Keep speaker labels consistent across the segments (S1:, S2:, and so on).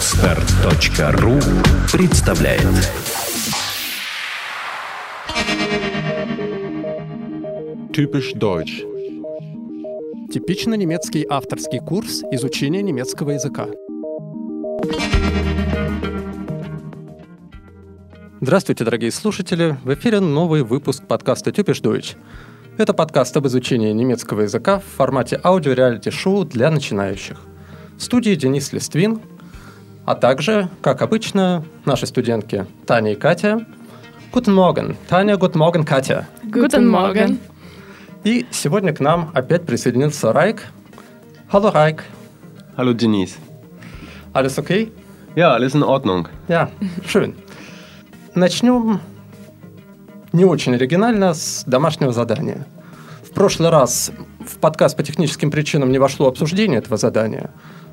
S1: Отстар.ру представляет
S2: Typisch deutsch.
S3: Типично немецкий авторский курс изучения немецкого языка. Здравствуйте, дорогие слушатели! В эфире новый выпуск подкаста «Тюпиш Deutsch». Это подкаст об изучении немецкого языка в формате аудио-реалити-шоу для начинающих. В студии Денис Листвин, а также, как обычно, наши студентки Таня и Катя. Guten Morgen, Таня, Guten Morgen, Катя.
S4: Guten Morgen.
S3: И сегодня к нам опять присоединился Райк. Hallo Райк,
S2: Hallo Denise.
S3: alles okay?
S2: Ja, alles in Ordnung.
S3: Ja, schön. Начнем не очень оригинально с домашнего задания. В прошлый раз в подкаст по техническим причинам не вошло обсуждение этого задания,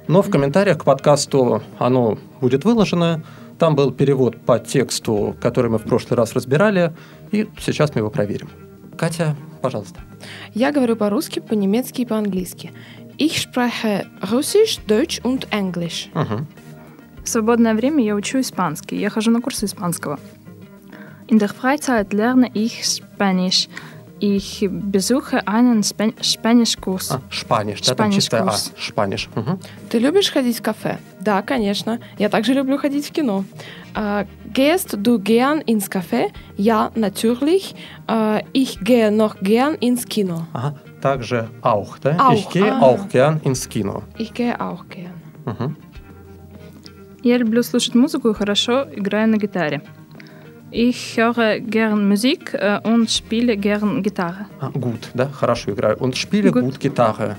S3: но в комментариях к подкасту оно будет выложено. Там был перевод по тексту, который мы в прошлый раз разбирали, и сейчас мы его проверим. Катя, пожалуйста.
S4: Я говорю по-русски, по-немецки и по-английски. Ich spreche Russisch, Deutsch und Englisch.
S3: Мгм.
S5: В свободное время я учу испанский. Я хожу на курсы испанского. In der Freizeit lerne ich Spanisch. Ich besuche einen Span Spanischkurs.
S3: А, шпаниш, да, там
S5: Шпаниш
S3: чистая А,
S5: курс.
S3: шпаниш. Мгм.
S4: Ты любишь ходить в кафе? Да, конечно. Я также люблю ходить в кино. Э, Gehst du gern ins Café? Ja, natürlich. Э, Ich gehe noch gern ins Kino.
S3: Ага. Также аух, да?
S4: Auch,
S3: Ich gehe
S4: а.
S3: auch gern ins Kino.
S4: Ich gehe auch gern.
S3: Мгм.
S5: Я люблю слушать музыку и хорошо играю на гитаре. Ich höre gern Musik äh, und spiele gern Gitarre.
S3: А, Gut, да, хорошо играю. Он шпили
S5: Gut.
S3: gut гитары.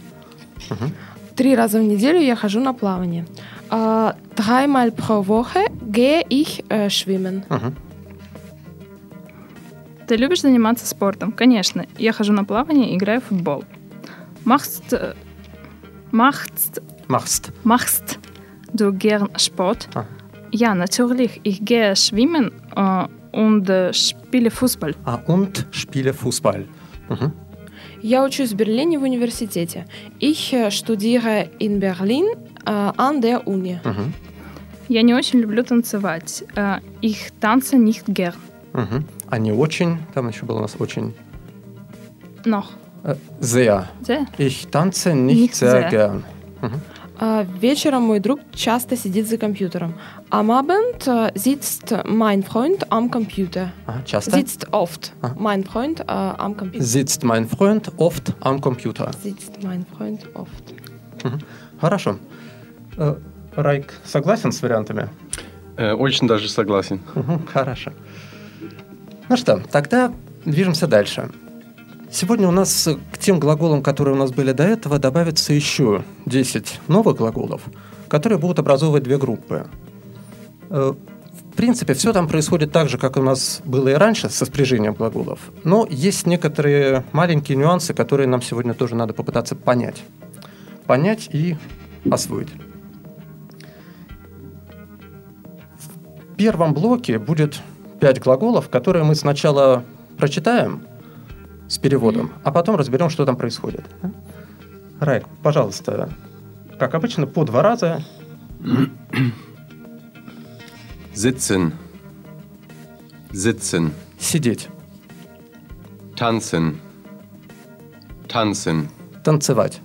S4: Три раза в неделю я хожу на плавание. Э, Dreimal pro Woche gehe ich э, schwimmen.
S3: Мгм.
S5: Ты любишь заниматься спортом? Конечно. Я хожу на плавание и играю в футбол. Machst, äh, machst,
S3: Machst.
S5: machst du gern Sport?
S3: А.
S5: Ja, natürlich. Ich gehe schwimmen äh, und äh, spiele Fußball.
S3: А und spiele Fußball. Мгм.
S4: Я учусь в Берлине в университете. Ich э, studiere in Berlin э, an der Uni.
S3: Мгм.
S5: Я не очень люблю танцевать. Äh, ich tanze nicht gern.
S3: Мгм. А не очень, там еще было у нас очень.
S5: Noch.
S3: Э, E, Sehr.
S5: Sehr.
S3: Ich tanze nicht
S5: Nicht
S3: sehr
S5: sehr.
S3: gern.
S4: Э, Вечером мой друг часто сидит за компьютером. Am Abend э, sitzt mein Freund am Computer.
S3: А, Часто.
S4: Sitzt oft
S3: А.
S4: mein Freund э, am Computer.
S3: Sitzt mein Freund oft am Computer.
S4: Sitzt mein Freund oft.
S3: Хорошо. Э, Райк согласен с вариантами?
S2: Äh, очень даже согласен.
S3: Мгм, Хорошо. Ну что, тогда движемся дальше. Сегодня у нас э, к тем глаголам, которые у нас были до этого, добавится еще 10 новых глаголов, которые будут образовывать две группы. Э, В принципе, все там происходит так же, как у нас было и раньше со спряжением глаголов, но есть некоторые маленькие нюансы, которые нам сегодня тоже надо попытаться понять. Понять и освоить. В первом блоке будет пять глаголов, которые мы сначала прочитаем с переводом, а потом разберем, что там происходит. Райк, пожалуйста, как обычно, по два раза.
S2: Sitzen. Sitzen.
S3: Сидеть,
S2: Tanzen. Tanzen.
S3: танцевать,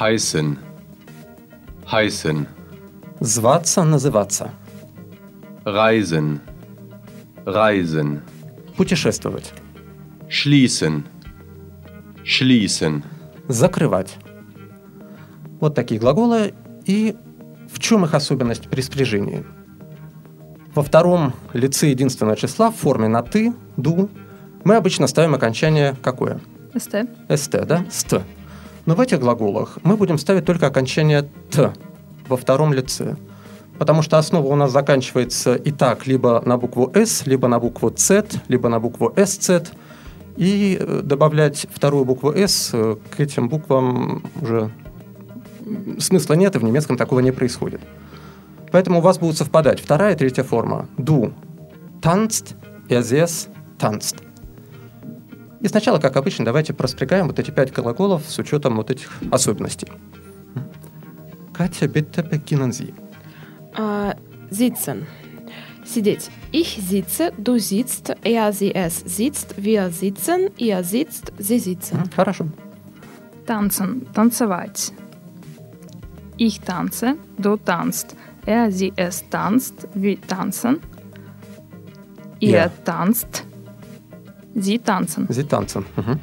S2: Heißen. Heißen.
S3: зваться, называться,
S2: Reisen. Reisen.
S3: путешествовать,
S2: Schließen. Schließen.
S3: закрывать. Вот такие глаголы. И в чем их особенность при спряжении? Во втором лице единственного числа в форме на «ты», «ду» мы обычно ставим окончание какое?
S5: СТ.
S3: СТ, да? СТ. Но в этих глаголах мы будем ставить только окончание «т» во втором лице. Потому что основа у нас заканчивается и так либо на букву «с», либо на букву «ц», либо на букву «сц». И э, добавлять вторую букву «с» э, к этим буквам уже смысла нет, и в немецком такого не происходит. Поэтому у вас будут совпадать вторая и третья форма. «Ду» – er «танцт», «эзес» – «танцт». И сначала, как обычно, давайте проспрягаем вот эти пять глаголов с учетом вот этих особенностей. Катя, bitte beginnen Sie.
S4: Äh, sitzen. Сидеть. Ich sitze, du sitzt, er, sie, es sitzt, wir sitzen, ihr sitzt, sie sitzen.
S3: М, Хорошо.
S5: Tanzen, танцевать. Ich tanze, du tanzt. Er, sie, es tanzt, wir tanzen. Ihr
S3: Ja.
S5: tanzt, sie tanzen.
S3: Sie tanzen. Мгм.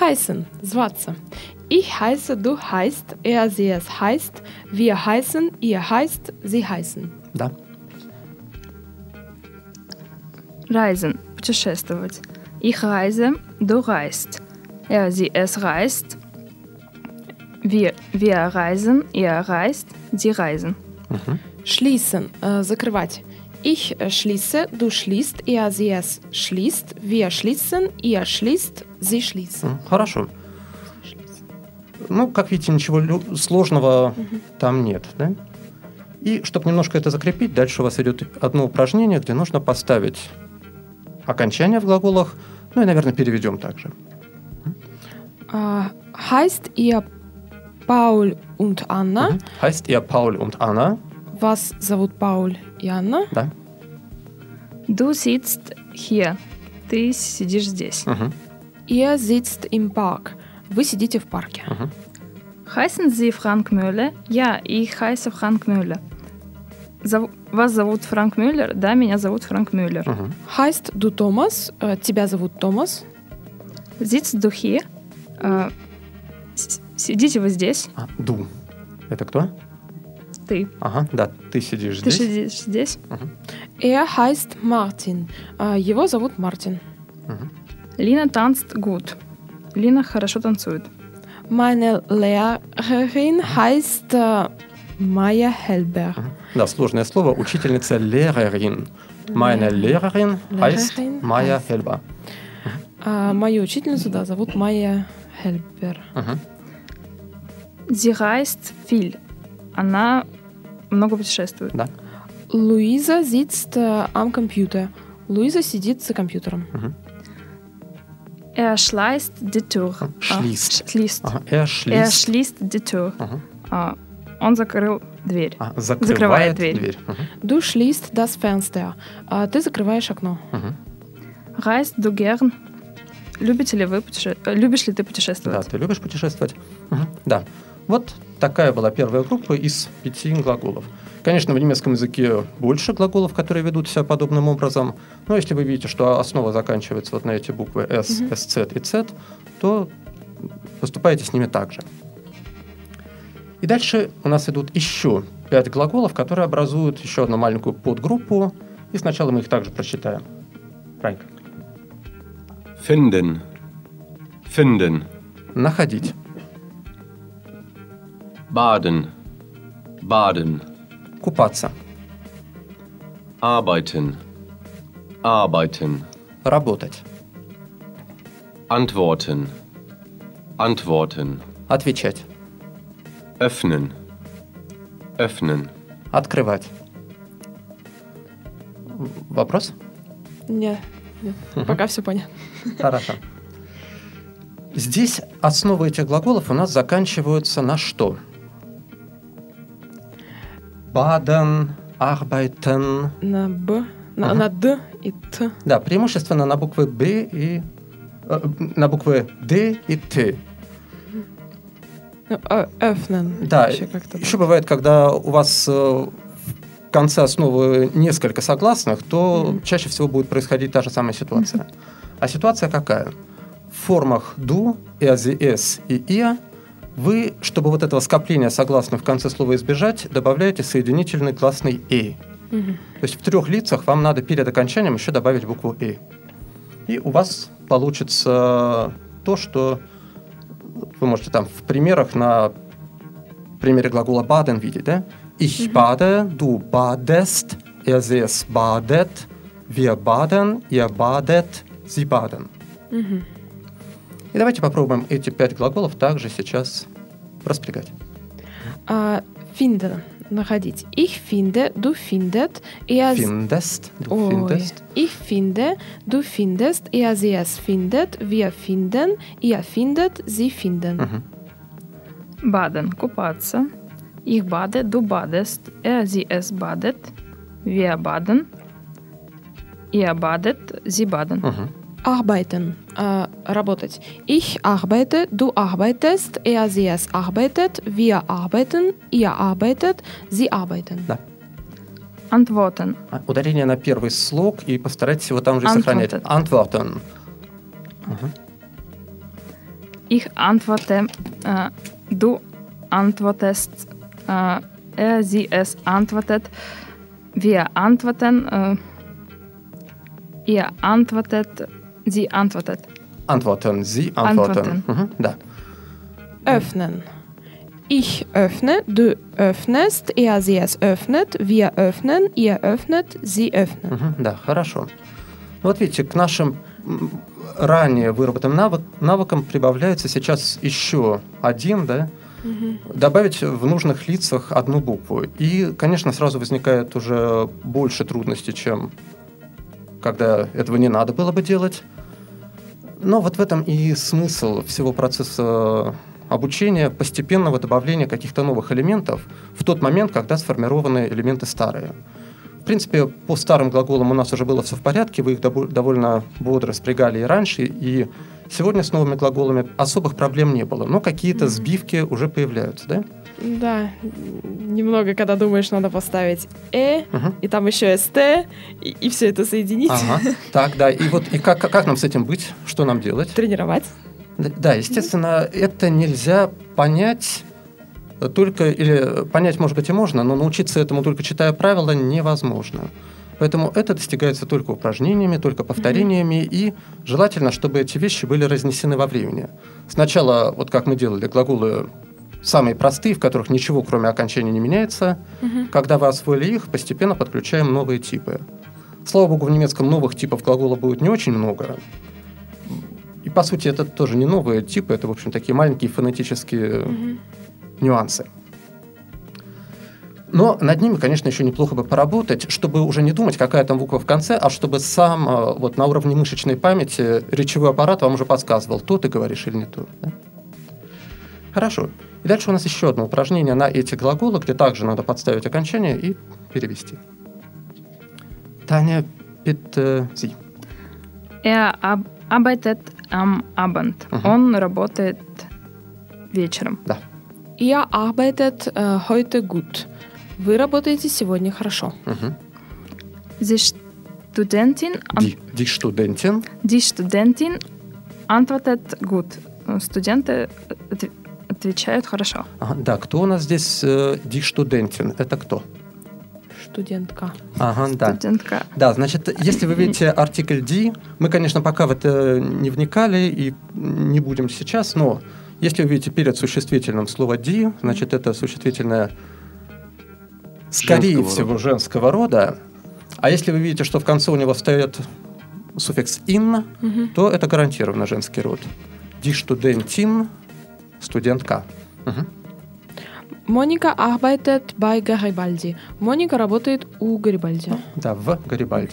S4: Heißen. Зваться. Ich heiße, du heißt, er, sie, es heißt, wir heißen, ihr heißt, sie heißen.
S3: Да.
S5: Reisen, путешествовать. Ich reise, du reist. Er, sie, es reist. Wir, wir reisen, ihr reist, sie reisen.
S4: Schließen. Äh, закрывать. Ich äh, schließe, du schließt, er, sie, es schließt, wir schließen, ihr schließt, sie schließen.
S3: М, Хорошо. Ну, как видите, ничего лю- сложного там нет. Да? И чтобы немножко это закрепить, дальше у вас идет одно упражнение, где нужно поставить окончание в глаголах. Ну и, наверное, переведем также.
S4: Äh, heißt ihr Paul und Anna?
S3: Heißt ihr Paul und Anna?
S4: Вас зовут Paul и Anna?
S3: Да.
S5: Du sitzt hier. Ты сидишь здесь.
S3: Мгм.
S4: Ihr sitzt im Park. Вы сидите в парке.
S5: Heißen Sie Frank Müller? Ja, ich heiße Frank Müller. Зов- Вас зовут Франк Мюллер? Да, меня зовут Франк Мюллер.
S3: Мгм.
S4: Heißt du Thomas? Э, Тебя зовут Томас.
S5: Sitzt du hier? Э, с- Сидите вы здесь?
S3: А, ду. Это кто?
S5: Ты.
S3: Ага, да, ты сидишь
S5: Ты
S3: здесь.
S5: сидишь здесь?
S4: Er heißt Martin. Э, Его зовут Мартин.
S5: Лина tanzt gut. Лина хорошо танцует.
S4: Meine Lehrerin heißt äh, Maya Helber.
S3: Да, сложное слово. Учительница Лерерин. Майна Лерерин heißt
S4: Lehrerin
S3: Майя
S4: heißt-
S3: Хельба.
S4: А мою учительницу, да, зовут Майя Хельбер.
S5: Sie reist viel. Она много путешествует.
S3: Да.
S4: Луиза sitzt äh, am Computer. Луиза сидит за компьютером.
S5: Er schließt die Tür.
S3: Schließt.
S5: А, schließt.
S3: Ага, er
S5: Er
S3: schließt-
S5: schließt die Tür.
S3: Мгм.
S5: А, Он закрыл дверь.
S3: А,
S5: закрывает дверь.
S3: Мгм.
S4: Du schließt das Fenster. А ты закрываешь окно.
S5: Reist du gern? Любите ли вы путеше- э, Любишь ли ты
S3: Да,
S5: путешествовать?
S3: ты любишь путешествовать? Мгм, Да. Вот такая была первая группа из пяти глаголов. Конечно, в немецком языке больше глаголов, которые ведут себя подобным образом. Но если вы видите, что основа заканчивается вот на эти буквы S, SZ и Z, то поступайте с ними так же. И дальше у нас идут еще пять глаголов, которые образуют еще одну маленькую подгруппу. И сначала мы их также прочитаем. Ранька.
S2: Finden. Finden.
S3: Находить.
S2: Baden. Baden.
S3: Купаться.
S2: Arbeiten. Arbeiten.
S3: Работать.
S2: Antworten. Antworten.
S3: Отвечать.
S2: Öffnen. Öffnen.
S3: Открывать. В- Вопрос?
S4: Нет, нет, пока все понятно.
S3: Хорошо. Здесь основы этих глаголов у нас заканчиваются на что? Баден, arbeiten.
S4: На Б, на,
S3: Ага.
S4: на Д и Т.
S3: Да, преимущественно на буквы Б и э, на буквы Д и Т.
S4: Ну, э, öffnen.
S3: Да,
S4: Вообще как-то
S3: еще бывает, когда у вас э, в конце основы несколько согласных, то чаще всего будет происходить та же самая ситуация. А ситуация какая? В формах «ду», «эзи», «эс» и «иа» вы, чтобы вот этого скопления согласных в конце слова избежать, добавляете соединительный гласный «и».
S4: так. Мгм.
S3: То есть в трех лицах вам надо перед окончанием еще добавить букву «и». И у вас получится то, что вы можете там в примерах на примере глагола «баден» видеть, да? Ich bade, du badest, er sie es badet, wir baden, ihr badet, sie baden.
S4: Мгм.
S3: И давайте попробуем эти пять глаголов также сейчас распрягать.
S4: А, finden. Находить. Ich finde, du findet, er
S3: Findest, du
S4: Ой.
S3: findest.
S4: Ich finde, du findest, er sie es findet, wir finden, ihr findet, sie finden.
S3: Мгм.
S5: Баден – купаться. Ich bade, du badest, er, sie, es badet, wir baden, ihr badet, sie baden.
S4: Arbeiten. Äh, работать. Ich arbeite, du arbeitest, er, sie, es arbeitet, wir arbeiten, ihr arbeitet, sie arbeiten.
S5: Antworten.
S3: А, Ударение на первый слог и постарайтесь его там же и сохранять. Antworten.
S5: Ich antworte, äh, du antwortest, äh, er, sie, es antwortet, wir antworten, äh, ihr antwortet, sie antwortet.
S3: Antworten. Sie antworten.
S5: Antworten.
S3: Мгм, Да.
S4: Öffnen. Ich öffne, du öffnest, er, sie, es öffnet, wir öffnen, ihr öffnet, sie öffnen.
S3: Мгм, Да, хорошо. Ну, Вот видите, к нашим м, ранее выработанным навы- навыкам прибавляется сейчас еще один, да? Добавить в нужных лицах одну букву. И, конечно, сразу возникает уже больше трудностей, чем когда этого не надо было бы делать. Но вот в этом и смысл всего процесса обучения, постепенного добавления каких-то новых элементов в тот момент, когда сформированы элементы старые. В принципе, по старым глаголам у нас уже было все в порядке, вы их добо- довольно бодро спрягали и раньше, и сегодня с новыми глаголами особых проблем не было, но какие-то сбивки уже появляются, да?
S4: Да, немного, когда думаешь, надо поставить «э»,
S3: Мгм.
S4: и там еще «ст», и, все это соединить,
S3: Ага, так, да, и вот и как, как нам с этим быть, что нам делать?
S4: тренировать.
S3: Д- Да, естественно, это нельзя понять э, только, или э, понять, может быть, и можно, но научиться этому только читая правила невозможно. Поэтому это достигается только упражнениями, только повторениями, и желательно, чтобы эти вещи были разнесены во времени. Сначала, вот как мы делали, глаголы самые простые, в которых ничего, кроме окончания, не меняется. Когда вы освоили их, постепенно подключаем новые типы. Слава богу, в немецком новых типов глагола будет не очень много, и по сути это тоже не новые типы, это, в общем, такие маленькие фонетические э, нюансы. Но над ними, конечно, еще неплохо бы поработать, чтобы уже не думать, какая там буква в конце, а чтобы сам э, вот на уровне мышечной памяти речевой аппарат вам уже подсказывал, то ты говоришь или не то. да? Хорошо. И дальше у нас еще одно упражнение на эти глаголы, где также надо подставить окончание и перевести. Таня Петзи.
S5: Er ab arbeitet am Abend.
S3: Мгм.
S5: Он работает вечером.
S3: Да.
S4: Ihr arbeitet äh, heute gut. Вы работаете сегодня хорошо.
S3: Мгм.
S5: Die Studentin, an-
S3: Ди. Ди студентин.
S5: die Studentin antwortet gut. Э, Студенты отв- отвечают хорошо.
S3: Ага, да, кто у нас здесь э, die Studentin? Это кто?
S4: Студентка.
S3: Ага, да.
S5: Студентка.
S3: Да, значит, если вы видите артикль D, мы, конечно, пока в это не вникали и не будем сейчас, но если вы видите перед существительным слово D, значит, это существительное, скорее
S2: Женского
S3: всего, женского рода. А если вы видите, что в конце у него встает суффикс in, то это гарантированно женский род. Die Studentin, студентка. Мгм.
S4: Моника arbeitet bei Garibaldi. Моника работает у Гарибальди.
S3: Да, в Гарибальде.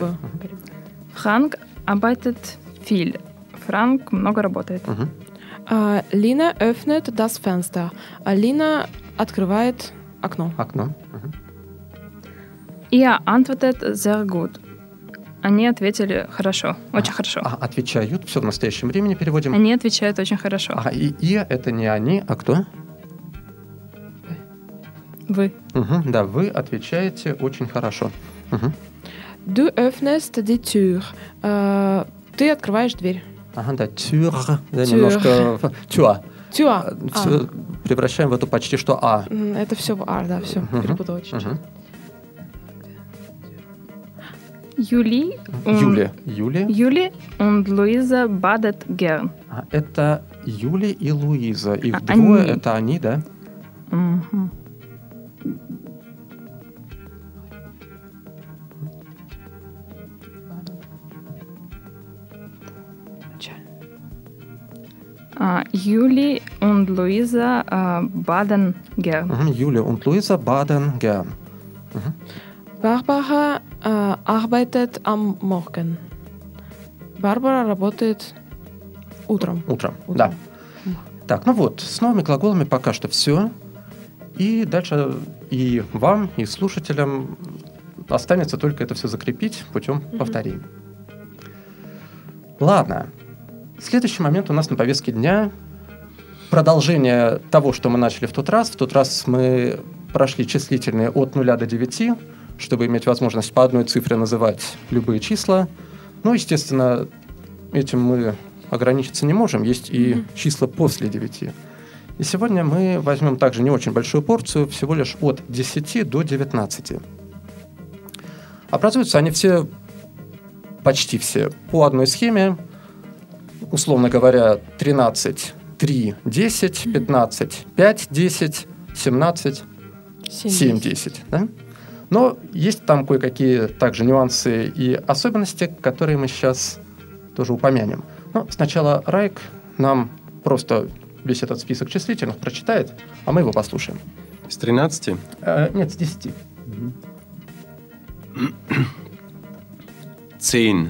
S4: В
S5: Frank arbeitet viel. Frank много работает.
S4: Äh, Lina öffnet das Fenster. Äh, Lina открывает окно.
S3: Окно.
S5: Er antwortet sehr gut. Они ответили хорошо, очень хорошо.
S3: А, отвечают, все в настоящем времени переводим.
S5: Они отвечают очень хорошо.
S3: А и, и это не они, а кто?
S5: Вы.
S3: Мгм, да, вы отвечаете очень хорошо. Мгм.
S4: Du öffnest die Tür. Äh, ты открываешь дверь.
S3: Ага, да, тюр, да,
S4: Тюр.
S3: немножко в- тюа.
S5: А.
S4: Тюа. А.
S3: Э, всё Превращаем в эту почти что а.
S4: М, Это все в ар, да, все.
S3: Мгм.
S4: Перепутала чуть-чуть.
S3: Мгм.
S5: Юли. м,
S3: Юлия. Юлия.
S5: Юли und Luisa badet gern.
S3: А, это Юлия и Луиза. Их
S5: А,
S3: двое,
S5: они.
S3: это они, да?
S5: Мгм. А, Юли Äh, und Luisa а, baden gern.
S3: Мгм, Юлия и Луиза Баден Герн.
S4: Barbara äh, arbeitet am Morgen. Барбара работает утром.
S3: Утром.
S4: Утром.
S3: Да. Так, ну вот, с новыми глаголами пока что все. И дальше и вам, и слушателям останется только это все закрепить путем повторений. Ладно. Следующий момент у нас на повестке дня продолжение того, что мы начали в тот раз. В тот раз мы прошли числительные от 0 до 9, чтобы иметь возможность по одной цифре называть любые числа. Ну, естественно, этим мы ограничиться не можем. Есть и числа после 9. И сегодня мы возьмем также не очень большую порцию, всего лишь от 10 до 19. Образуются они все, почти все, по одной схеме. Условно говоря, 13, 3, 10, 15, 5, 10, 17, 7, 10. Да? Но есть там кое-какие также нюансы и особенности, которые мы сейчас тоже упомянем. Но сначала Райк нам просто весь этот список числительных прочитает, а мы его послушаем.
S2: С 13.
S3: Э, нет, с 10.
S2: 10,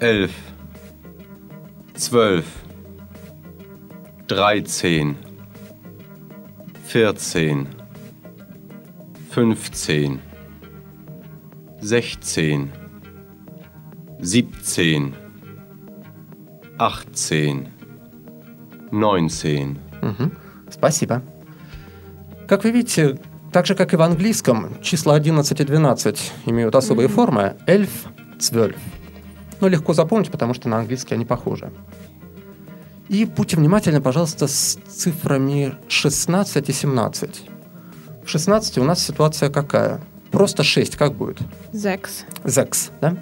S2: 11, 12, 13, 14, 15, 16, 17, 18, 19.
S3: Спасибо. Как вы видите, так же, как и в английском, числа 11 и 12 имеют особые формы. Эльф, цвельф. Но легко запомнить, потому что на английский они похожи. И будьте внимательны, пожалуйста, с цифрами 16 и 17. В 16 у нас ситуация какая? Просто 6, как будет?
S4: Sechs.
S3: ЗЭКС, да?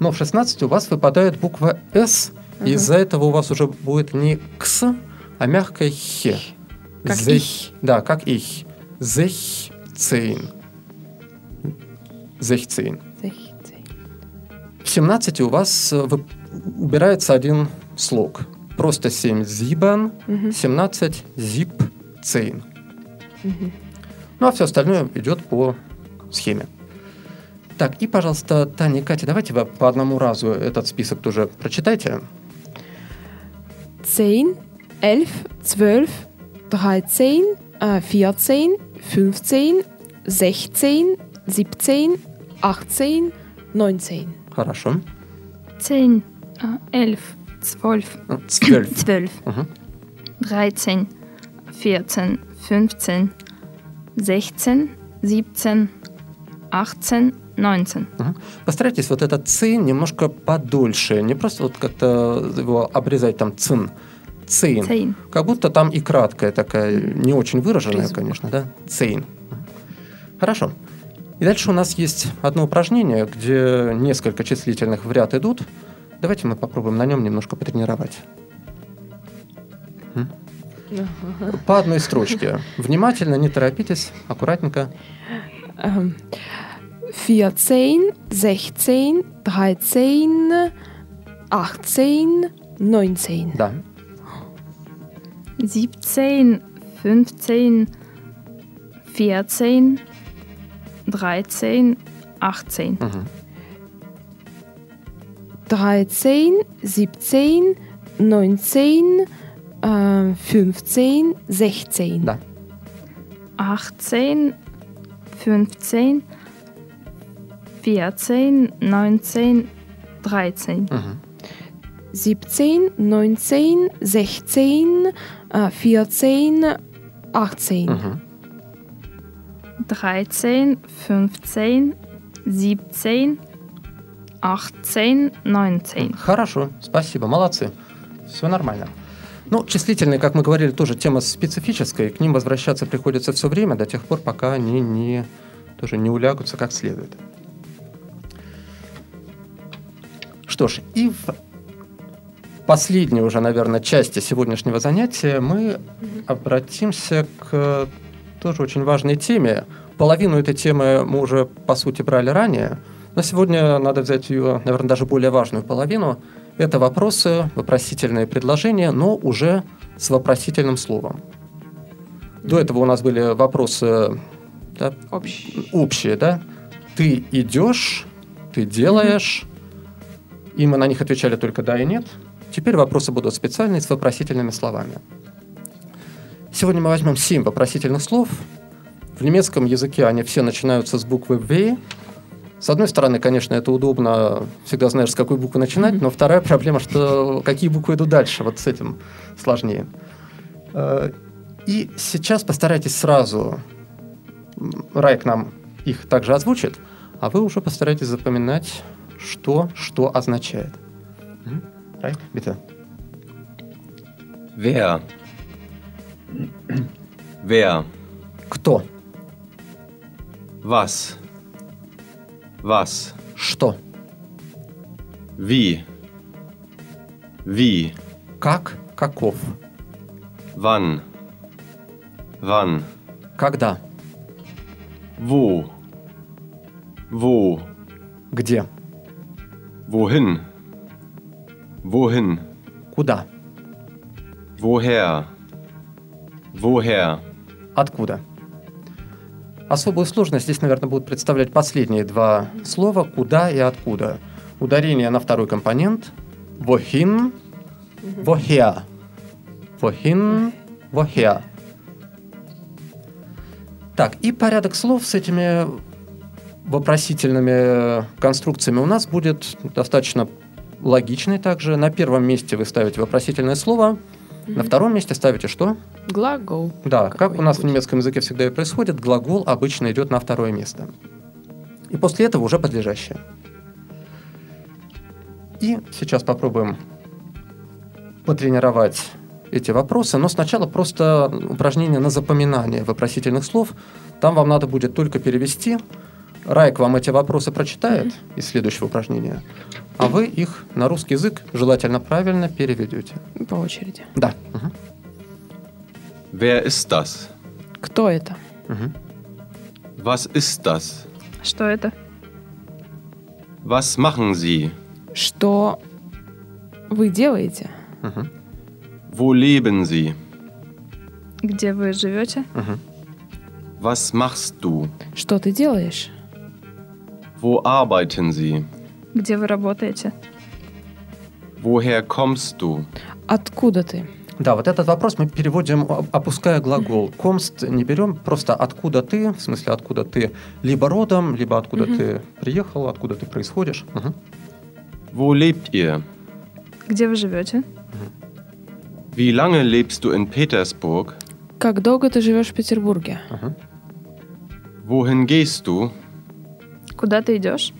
S3: Но в 16 у вас выпадает буква «С», и из-за этого у вас уже будет не «кс», а мягкое «хе».
S4: Как
S3: Зэ-
S4: «их».
S3: Да, как «их». «Зэхцейн». «Зэхцейн».
S4: Sechzehn.
S3: В 17 у вас э, вы- убирается один слог. Просто 7 «зибан», 17 «зипцейн». Ну, а все остальное идет по схеме. Так, и, пожалуйста, Таня и Катя, давайте вы по одному разу этот список тоже прочитайте.
S4: 10, 11, 12, 13, äh, 14, 15, 16, 17, 18, 19.
S3: Хорошо.
S5: Zehn, äh, elf, zwölf,
S3: Э, Цвёльф.
S5: zwölf,
S3: Mhm.
S5: dreizehn, vierzehn, fünfzehn, sechzehn, siebzehn, achtzehn, neunzehn.
S3: Мгм. Постарайтесь вот этот цин немножко подольше, не просто вот как-то его обрезать там цин, цин.
S5: Zehn,
S3: Как будто там и краткая такая, не очень выраженная,
S4: Призвук.
S3: конечно, да? Цейн. Хорошо. И дальше у нас есть одно упражнение, где несколько числительных в ряд идут. Давайте мы попробуем на нем немножко потренировать. М? По одной строчке. Внимательно, не торопитесь, аккуратненько.
S4: Ähm, 14, 16, 13, 18, 19.
S3: Да.
S5: siebzehn, fünfzehn, vierzehn, dreizehn, achtzehn.
S4: 13, 17, 19, äh, 15, 16.
S3: Да.
S5: 18, 15, 14, 19, 13,
S4: 17, 19, 16, äh, 14, 18.
S3: Мгм.
S5: 13, 15, 17, 18, 19.
S3: Хорошо, спасибо, молодцы. Все нормально. Ну, числительные, как мы говорили, тоже тема специфическая, и к ним возвращаться приходится все время до тех пор, пока они не, тоже не улягутся как следует. Что ж, и в последней уже, наверное, части сегодняшнего занятия мы обратимся к э, тоже очень важной теме. Половину этой темы мы уже, по сути, брали ранее, но сегодня надо взять ее, наверное, даже более важную половину. Это вопросы, вопросительные предложения, но уже с вопросительным словом. До этого у нас были вопросы да,
S4: Общий.
S3: общие, да? Ты идешь, ты делаешь, и мы на них отвечали только да и нет. Теперь вопросы будут специальные с вопросительными словами. Сегодня мы возьмем 7 вопросительных слов. В немецком языке они все начинаются с буквы «в». С одной стороны, конечно, это удобно, всегда знаешь, с какой буквы начинать, но вторая проблема, что какие буквы идут дальше, вот с этим сложнее. Э, И сейчас постарайтесь сразу, м, Райк нам их также озвучит, а вы уже постарайтесь запоминать, что что означает. М? Райк, bitte.
S2: Wer? Wer?
S3: Кто?
S2: Was? Was?
S3: Что?
S2: Wie? Wie?
S3: Как? Каков?
S2: Wann? Wann?
S3: Когда?
S2: Wo? Wo?
S3: Где?
S2: Wohin? Wohin?
S3: Куда?
S2: Woher? Woher?
S3: Откуда? Особую сложность здесь, наверное, будут представлять последние два слова «куда» и «откуда». Ударение на второй компонент «вохин», «вохеа», «вохин», «вохеа». Так, и порядок слов с этими вопросительными э, конструкциями у нас будет достаточно логичный также. На первом месте вы ставите вопросительное слово, на втором месте ставите что?
S4: Глагол.
S3: Да, как у нас в
S4: какой-нибудь.
S3: немецком языке всегда и происходит, глагол обычно идет на второе место. И после этого уже подлежащее. И сейчас попробуем потренировать эти вопросы, но сначала просто упражнение на запоминание вопросительных слов. Там вам надо будет только перевести. Райк вам эти вопросы прочитает из следующего упражнения, а вы их на русский язык желательно правильно переведете.
S4: По очереди.
S3: Да.
S2: Wer ist das?
S4: Кто это?
S2: Was ist das?
S5: Что это?
S2: Was machen Sie?
S4: Что вы делаете?
S2: Wo leben Sie?
S5: Где вы живете?
S2: Was machst du?
S4: Что ты делаешь?
S2: Wo arbeiten Sie?
S5: Где вы работаете?
S2: Woher kommst du?
S4: Откуда ты?
S3: Да, вот этот вопрос мы переводим, о- опуская глагол. Комст не берем, просто откуда ты, в смысле, откуда ты либо родом, либо откуда ты приехал, откуда ты происходишь. Мгм.
S2: Wo lebt ihr?
S5: Где вы живете?
S2: Wie lange lebst du in Petersburg?
S4: Как долго ты живешь в Петербурге?
S2: Wohin gehst du?
S5: Куда ты идешь?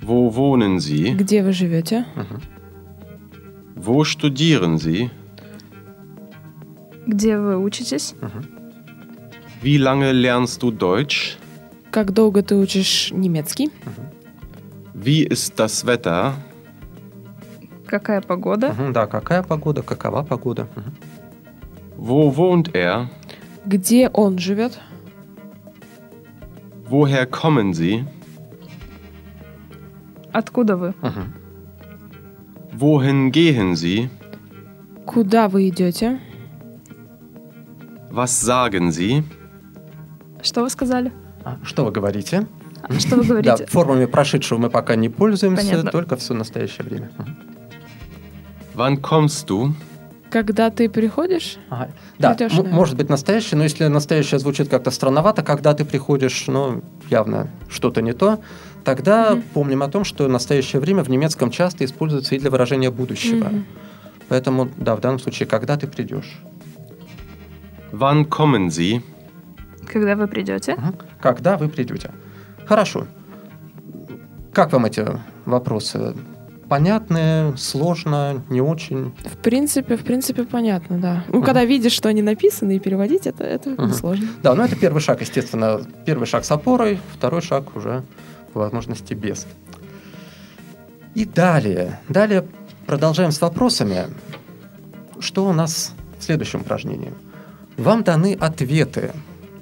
S2: Wo wohnen Sie?
S4: Где вы живете?
S2: Wo studieren Sie?
S5: Где вы учитесь?
S2: Wie lange lernst du Deutsch?
S4: Как долго ты учишь немецкий?
S2: Wie ist das Wetter?
S5: Какая погода?
S3: Мгм, Да, какая погода, какова погода. Мгм.
S2: Wo wohnt er?
S4: Где он живет?
S2: Woher kommen Sie?
S5: Откуда вы?
S3: А.
S2: Wohin gehen Sie?
S4: Куда вы идете?
S2: Was sagen Sie?
S5: Что вы сказали?
S3: А, Что вы говорите?
S5: Что вы
S3: Да,
S5: говорите?
S3: формами прошедшего мы пока не пользуемся,
S5: Понятно.
S3: только все настоящее время. Мгм.
S2: Wann kommst du?
S4: Когда ты приходишь?
S3: Ага. Да,
S4: Идёшь,
S3: м-
S4: наверное.
S3: может быть настоящее, но если настоящее звучит как-то странновато, когда ты приходишь, ну, явно что-то не то, тогда помним о том, что настоящее время в немецком часто используется и для выражения будущего.
S4: Мгм.
S3: Поэтому, да, в данном случае, когда ты придешь?
S2: Wann kommen Sie?
S5: Когда вы придете?
S3: Мгм. Когда вы придете? Хорошо. Как вам эти вопросы? Понятные, сложно, не очень?
S4: В принципе, в принципе, понятно, да. Ну, когда видишь, что они написаны, и переводить это, это
S3: Мгм.
S4: несложно.
S3: Да, ну это первый шаг, естественно. Первый шаг с опорой, второй шаг уже по возможности без. И далее. Далее продолжаем с вопросами. Что у нас в следующем упражнении? Вам даны ответы,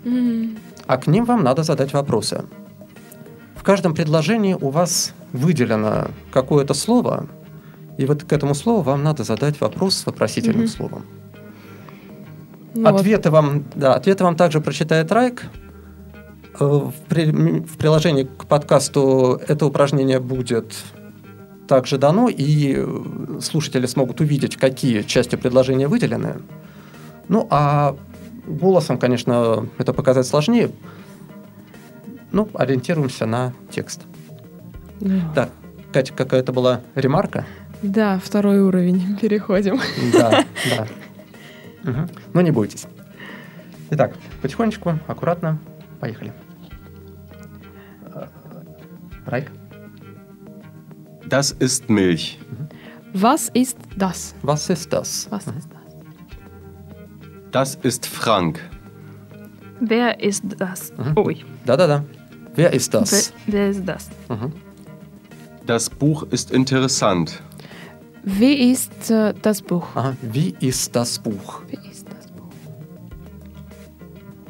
S4: М,
S3: а к ним вам надо задать вопросы. В каждом предложении у вас выделено какое-то слово, и вот к этому слову вам надо задать вопрос с вопросительным
S4: Мгм.
S3: словом.
S4: ну вот.
S3: Ответы вам, да, ответы вам также прочитает Райк. Э, В, при- м, в приложении к подкасту это упражнение будет также дано, и э, слушатели смогут увидеть, какие части предложения выделены. Ну, а голосом, конечно, это показать сложнее. Ну, ориентируемся на текст.
S4: Да.
S3: Так, Катя, какая-то была ремарка?
S4: Да, второй уровень. Переходим.
S3: Да, да. Мгм. Ну, не бойтесь. Итак, потихонечку, аккуратно, поехали. Э, Райк,
S2: Das ist Milch.
S4: Was ist das?
S3: was ist das?
S4: Was ist das?
S2: Das ist Frank.
S5: Wer ist das?
S3: Мгм.
S5: Ой.
S3: Да-да-да. Wer ist das?
S5: Wer, wer ist das?
S3: Мгм.
S2: Das Buch ist interessant.
S4: Wie ist äh, das Buch?
S3: Ага. Wie ist das Buch?
S4: Wie ist das Buch?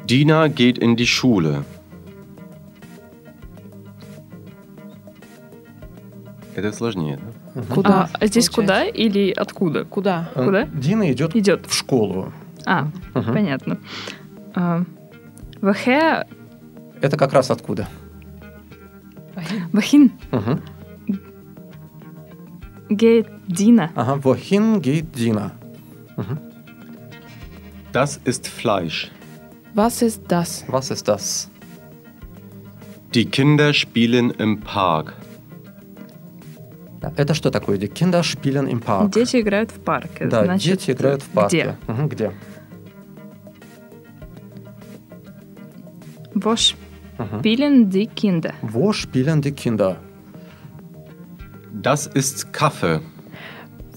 S2: Dina geht in die Schule. Это сложнее, да?
S4: Куда?
S5: А, здесь
S4: получается?
S5: куда или откуда?
S4: Куда?
S3: Э,
S5: Куда?
S3: Дина идет
S5: Идет.
S3: в школу.
S5: А,
S3: Мгм.
S5: понятно. А, Woher,
S3: Это как раз откуда?
S5: wohin
S3: Мгм.
S5: geht Dina?
S3: Ага, wohin geht Dina?
S2: Das ist Fleisch.
S4: Was ist das?
S3: Was ist das?
S2: Die Kinder spielen im Park.
S3: Да, Это что такое? Die Kinder spielen im Park.
S5: Дети играют в парке.
S3: Да,
S5: Значит,
S3: дети играют в парке.
S5: Где?
S3: Мгм, где?
S5: Wo spielen die Kinder?
S3: Wo spielen die Kinder?
S2: Das ist Kaffee.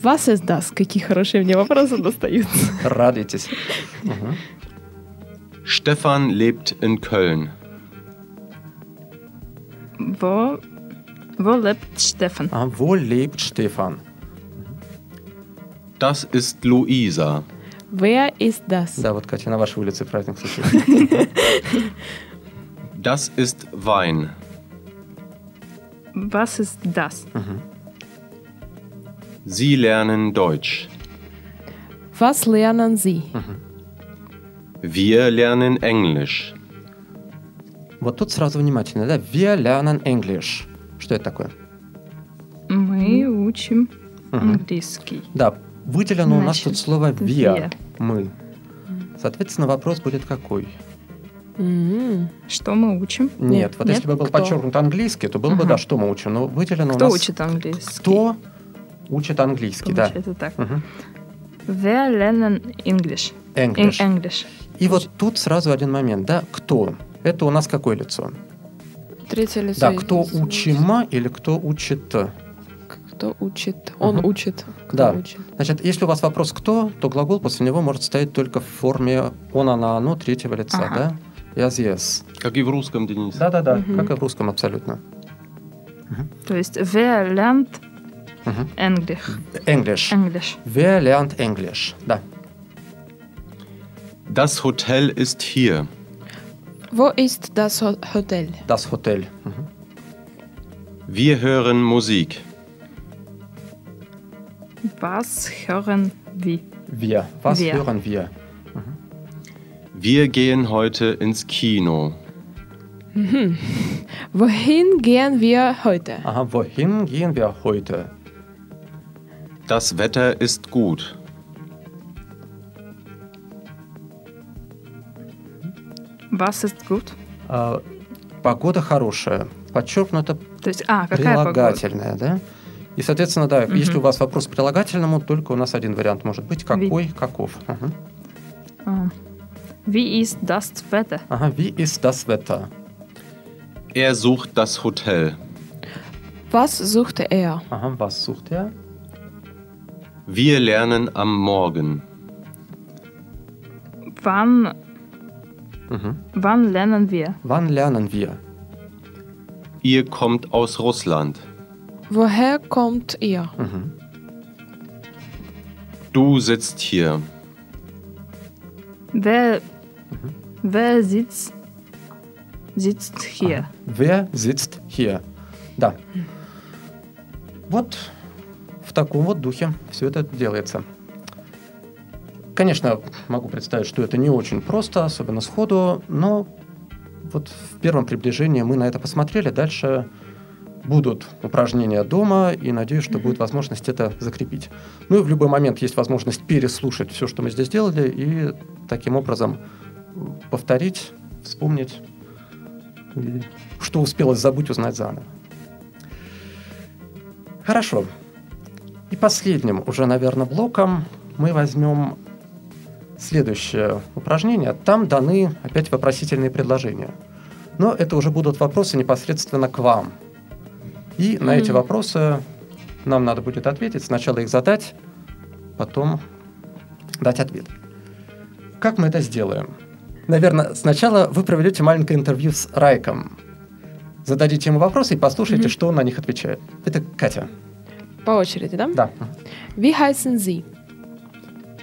S4: Was ist das? Какие хорошие мне вопросы достаются.
S3: Радуйтесь.
S2: Stefan lebt in Köln.
S5: Wo, wo lebt Stefan?
S3: А wo lebt Stefan?
S2: Das ist Luisa.
S4: Wer ist das?
S3: Да, вот, Катя, на вашей улице праздник случился.
S2: Das ist Wein.
S5: Was ist das?
S2: Sie lernen Deutsch.
S4: Was lernen Sie?
S2: Wir lernen Englisch.
S3: Вот тут сразу внимательно, да? Wir lernen English. Что это такое?
S5: Мы учим английский.
S3: Да, выделено у нас
S5: Значит,
S3: тут слово wir,
S5: wir.
S3: мы. Соответственно, вопрос будет какой?
S4: М,
S5: Что мы учим?
S3: Нет, вот
S5: нет,
S3: если бы был
S5: кто?
S3: подчеркнут английский, то было бы, да, что мы учим, но выделено у
S5: Кто
S3: нас...
S5: учит английский?
S3: Кто учит английский, да.
S5: Получается так.
S3: Мгм.
S5: Wer lernen English? In
S3: English.
S5: English.
S3: И вот тут сразу один момент, да, кто? Это у нас какое лицо?
S4: Третье лицо.
S3: Да, кто учима или кто учит?
S4: Кто учит? Он
S3: Мгм.
S4: учит. Кто
S3: Да.
S4: учит?
S3: Значит, если у вас вопрос «кто», то глагол после него может стоять только в форме «он», «она», «оно» третьего лица,
S5: Ага.
S3: да? «Я yes».
S2: Как и в русском, Денис.
S3: Да-да-да,
S4: Мгм.
S3: как и в русском абсолютно.
S5: То есть wer lernt
S3: Мгм.
S5: English?
S3: English.
S5: English.
S3: Wer lernt English? Да.
S2: Das Hotel ist hier.
S4: Wo ist das Ho- Hotel?
S3: Das Hotel. Мгм.
S2: Wir hören Musik.
S5: Was hören wir?
S3: Wir. Was
S5: Wir.
S3: hören wir?
S2: Wir gehen heute ins Kino.
S4: Wohin gehen wir heute?
S3: Ага, wohin gehen wir heute?
S2: Das Wetter ist gut.
S5: Was ist gut?
S3: А, погода хорошая. Подчеркнуто
S5: То есть, а, какая погода?
S3: прилагательное, да? И, соответственно, да, если у вас вопрос к прилагательному, только у нас один вариант может быть. Какой, каков. Мгм.
S5: А. Wie ist das Wetter?
S3: Ага, wie ist das Wetter?
S2: Er sucht das Hotel.
S4: Was suchte er?
S3: Ага, was sucht er?
S2: Wir lernen am Morgen.
S5: Wann, wann lernen wir?
S3: Wann lernen wir?
S2: Ihr kommt aus Russland.
S4: Woher kommt ihr?
S2: Du sitzt hier.
S5: Wer, wer sitzt, sitzt hier?
S3: Wer sitzt hier? Да. Вот в таком вот духе все это делается. Конечно, могу представить, что это не очень просто, особенно сходу, но вот в первом приближении мы на это посмотрели. Дальше будут упражнения дома, и надеюсь, что будет возможность это закрепить. Ну и в любой момент есть возможность переслушать все, что мы здесь делали, и таким образом повторить, вспомнить, и что успелось забыть, узнать заново. Хорошо. И последним, уже, наверное, блоком мы возьмем следующее упражнение. Там даны опять вопросительные предложения. Но это уже будут вопросы непосредственно к вам. И на эти вопросы нам надо будет ответить. Сначала их задать, потом дать ответ. Как мы это сделаем? Наверное, сначала вы проведете маленькое интервью с Райком. Зададите ему вопросы и послушайте,
S4: Мгм.
S3: что он на них отвечает. Это Катя.
S4: По очереди, да?
S3: Да.
S4: Wie heißen Sie?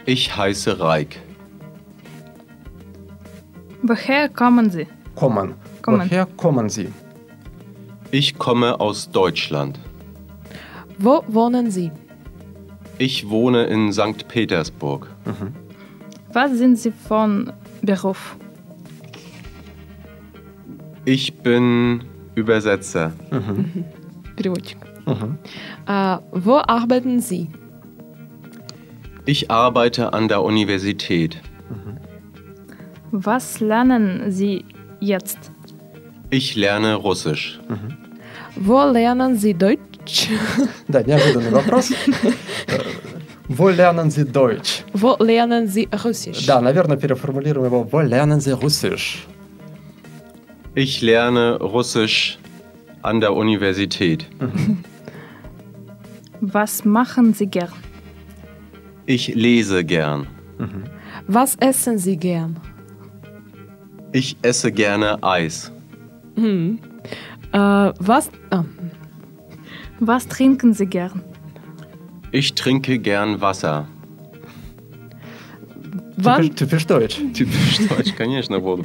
S2: Ich heiße Reik.
S5: Woher kommen Sie?
S3: Common.
S5: Common.
S3: Woher kommen Sie?
S2: Ich komme aus Deutschland.
S4: Wo wohnen Sie?
S2: Ich wohne in St. Petersburg.
S5: Was sind Sie von Beruf?
S2: Ich bin Übersetzer.
S4: Переводчик. А, Äh, wo arbeiten Sie?
S2: Ich arbeite an der Universität.
S5: Was lernen Sie jetzt?
S2: Ich lerne Russisch.
S4: Wo lernen Sie Deutsch?
S3: Да, неожиданный вопрос. Э, Wo lernen Sie Deutsch?
S4: Wo lernen Sie Russisch?
S3: Да, наверное, переформулируем его. Wo lernen Sie Russisch?
S2: Ich lerne Russisch an der Universität.
S5: Was machen Sie gern?
S2: Ich lese gern.
S4: Was essen Sie gern?
S2: Ich esse gerne Eis.
S4: Äh, was? Ah,
S5: Was trinken Sie gern?
S2: Ich trinke gern Wasser.
S4: wann,
S3: Typisch- Typisch Deutsch.
S2: Typisch deutsch, конечно, буду.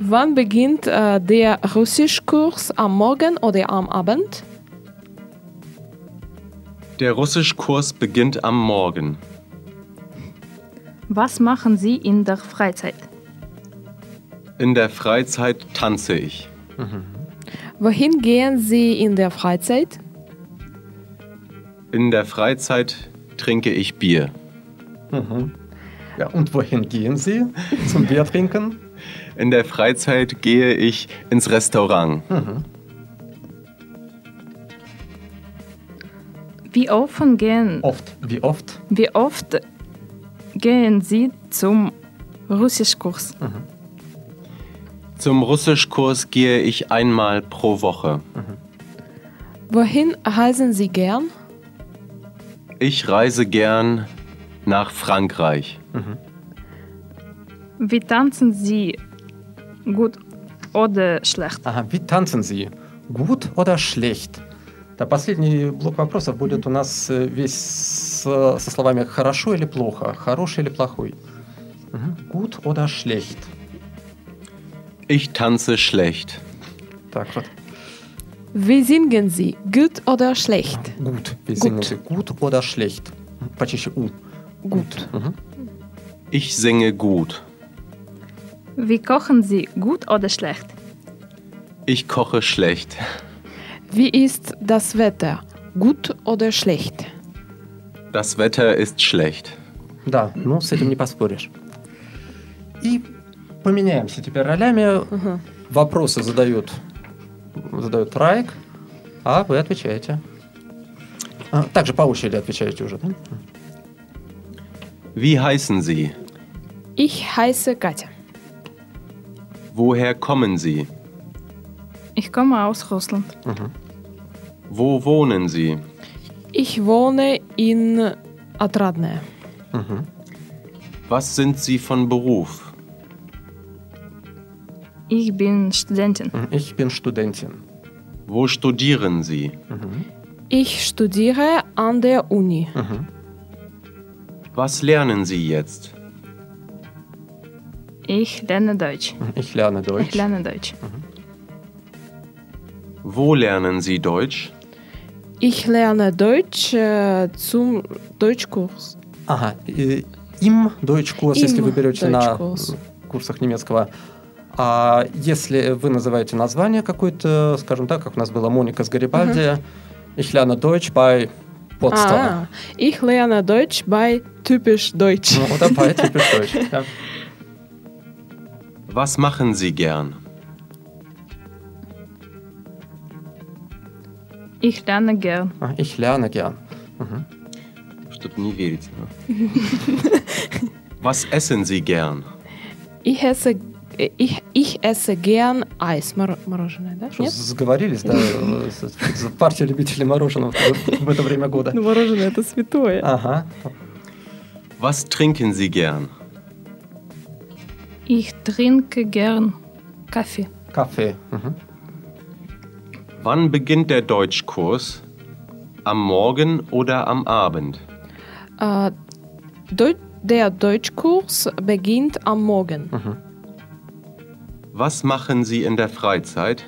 S4: wann beginnt äh, der Russischkurs? Am Morgen oder am Abend?
S2: Der Russischkurs beginnt am Morgen.
S5: Was machen Sie in der Freizeit?
S2: In der Freizeit tanze ich.
S4: Wohin gehen Sie in der Freizeit?
S2: In der Freizeit trinke ich Bier.
S3: Ja, und wohin gehen Sie? Zum Bier trinken?
S2: In der Freizeit gehe ich ins Restaurant.
S5: Wie offen gehen,
S3: Oft. Wie oft?
S5: wie oft gehen Sie zum Russischkurs?
S2: Zum Russischkurs gehe ich einmal pro Woche.
S4: Wohin reisen Sie gern?
S2: Ich reise gern nach Frankreich.
S5: Wie tanzen Sie gut oder schlecht?
S3: Ага, wie tanzen Sie? Gut oder schlecht? Да, последний блок вопросов будет у нас э, весь с- со словами «хорошо» или «плохо», «хороший» или «плохой». Мгм. Gut oder schlecht?
S2: Ich tanze schlecht.
S3: Так вот.
S4: Wie singen Sie? Gut oder schlecht?
S3: Gut. Wir
S4: Gut.
S3: singen Sie gut oder schlecht. Почище «у».
S4: Gut.
S2: Ich singe gut.
S5: Wie kochen Sie gut oder schlecht?
S2: Ich koche schlecht.
S4: Wie ist das Wetter? Gut oder schlecht?
S2: Das Wetter ist schlecht.
S3: Да, ну с этим не поспоришь. И поменяемся теперь ролями. Вопросы задают, задает Райк, а вы отвечаете. А, также по очереди отвечаете уже. да?
S2: Wie heißen Sie?
S4: Ich heiße Katja.
S2: Woher kommen Sie?
S5: Ich komme aus Russland.
S2: Wo wohnen Sie?
S4: Ich wohne in Отрадное.
S2: Was sind Sie von Beruf?
S5: Ich bin Studentin.
S3: Ich bin Studentin.
S2: Wo studieren Sie?
S4: Ich studiere an der Uni.
S2: Was lernen Sie jetzt?
S5: Ich lerne Deutsch.
S3: Ich lerne
S5: Ich
S3: Deutsch.
S5: lerne Deutsch.
S2: Wo lernen Sie Deutsch?
S4: Ich lerne Deutsch äh, zum Deutschkurs.
S3: Ага. и Им Deutschkurs,
S4: Им
S3: если вы берете на
S4: Deutschkurs.
S3: м, курсах немецкого. А если вы называете название какое-то, скажем так, как у нас была Моника с Гарибальди, ich lerne Deutsch bei Potsdam.
S4: Ah, ich lerne Deutsch bei Typisch Deutsch.
S3: Ну, Oder bei typisch Deutsch. да.
S2: Was machen Sie gern?
S5: Ich lerne gern.
S3: А, Ich lerne gern.
S2: Чтоб не верить. а. ne? Was essen Sie gern?
S4: Ich esse, ich, ich esse gern Eis. ne? Мор- мороженое, да?
S3: Что,
S4: Нет?
S3: Заговорились, да? э, с- с- Партия любителей мороженого в в это время года.
S4: Ну, мороженое это святое.
S3: Ага.
S2: Was trinken Sie gern?
S5: Ich trinke gern Kaffee.
S3: Кафе. Мгм.
S2: Wann beginnt der Deutschkurs? Am Morgen oder am Abend?
S4: А, Дой- Äh, Der Deutschkurs beginnt am Morgen.
S2: Was machen Sie in der Freizeit?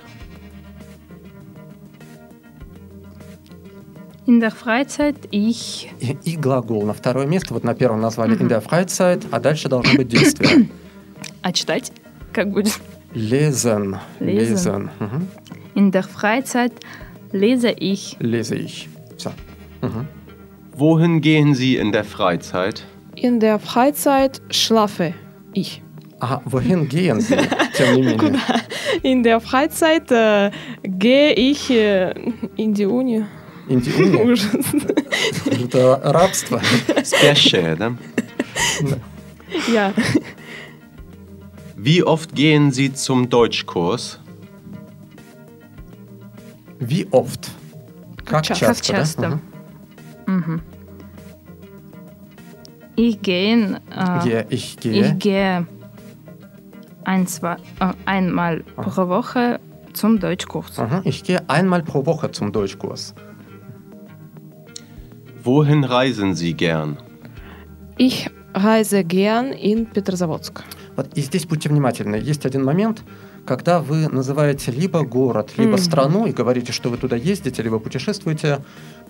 S5: In der Freizeit ich
S3: И, и глагол на второе место. Вот на первом назвали in der Freizeit, а дальше должно быть действие.
S5: А читать? Как будет?
S3: Lesen.
S5: Lesen.
S3: Lesen. Мгм.
S5: In der Freizeit lese ich.
S3: Lese ich. Все.
S2: Wohin gehen Sie in der Freizeit?
S4: In der Freizeit schlafe ich.
S3: А wohin gehen Sie? Тем не менее.
S4: In der Freizeit äh, gehe ich äh, in die Uni.
S3: Индиуни.
S4: Ужас.
S3: Это рабство.
S2: Spesche, ne?
S4: Ja.
S2: Wie oft gehen Sie zum Deutschkurs?
S3: Wie oft? Как
S4: Как
S3: часто, да? Мгм.
S5: Мгм. Ich gehe.
S4: А.
S5: Äh,
S3: Gehe, ich gehe.
S5: Ich gehe ein, zwei, äh, einmal pro Woche zum Deutschkurs.
S3: Ага, Ich gehe einmal pro Woche zum Deutschkurs.
S2: Wohin reisen Sie gern?
S4: Ich reise gern in Petrozavodsk.
S3: Вот и здесь будьте внимательны. Есть один момент, когда вы называете либо город, либо страну и говорите, что вы туда ездите, либо путешествуете,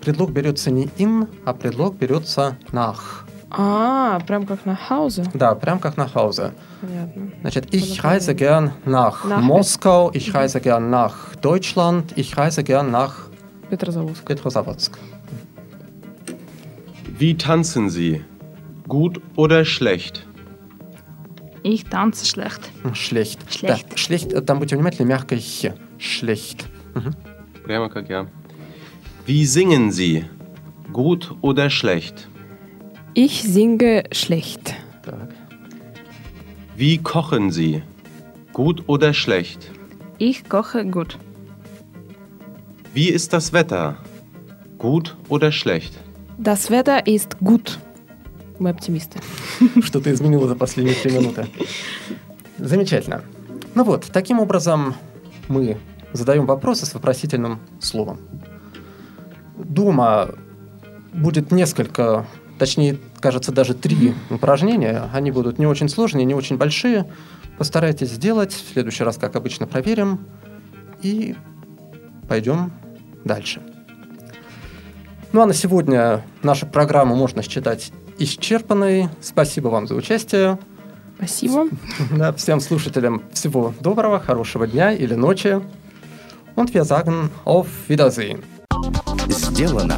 S3: предлог берется не in, а предлог берется nach.
S4: А, прям как Ah, nach Hause.
S3: Да, прям как на хаузе.
S4: Понятно.
S3: Значит, ich reise gern nach,
S4: Nach-
S3: Moskau, ich reise gern nach Deutschland, ich reise gern nach
S4: Petrozavodsk.
S3: Петрозаводск.
S2: Wie tanzen Sie? Gut oder schlecht?
S5: Ich tanze schlecht.
S3: Schlecht.
S5: Schlecht.
S3: Да, schlecht, э, там будьте внимательны, мягкое «х». Schlecht.
S2: Prima, ja. Wie singen Sie? Gut oder schlecht?
S4: Ich singe schlecht.
S3: Так.
S2: Wie kochen Sie? Gut oder schlecht?
S5: Ich koche gut.
S2: Wie ist das Wetter? Gut oder schlecht?
S4: Das Wetter ist gut. Мы оптимисты.
S3: Что-то изменило за последние три минуты. Замечательно. Ну вот, таким образом мы задаем вопросы с вопросительным словом. Дома будет несколько, точнее, кажется, даже три упражнения. Они будут не очень сложные, не очень большие. Постарайтесь сделать. В следующий раз, как обычно, проверим. И пойдем дальше. Ну а на сегодня нашу программу можно считать исчерпанной. Спасибо вам за участие.
S4: Спасибо.
S3: Да, всем слушателям всего доброго, хорошего дня или ночи. Und wir sagen auf Wiedersehen.
S1: Сделано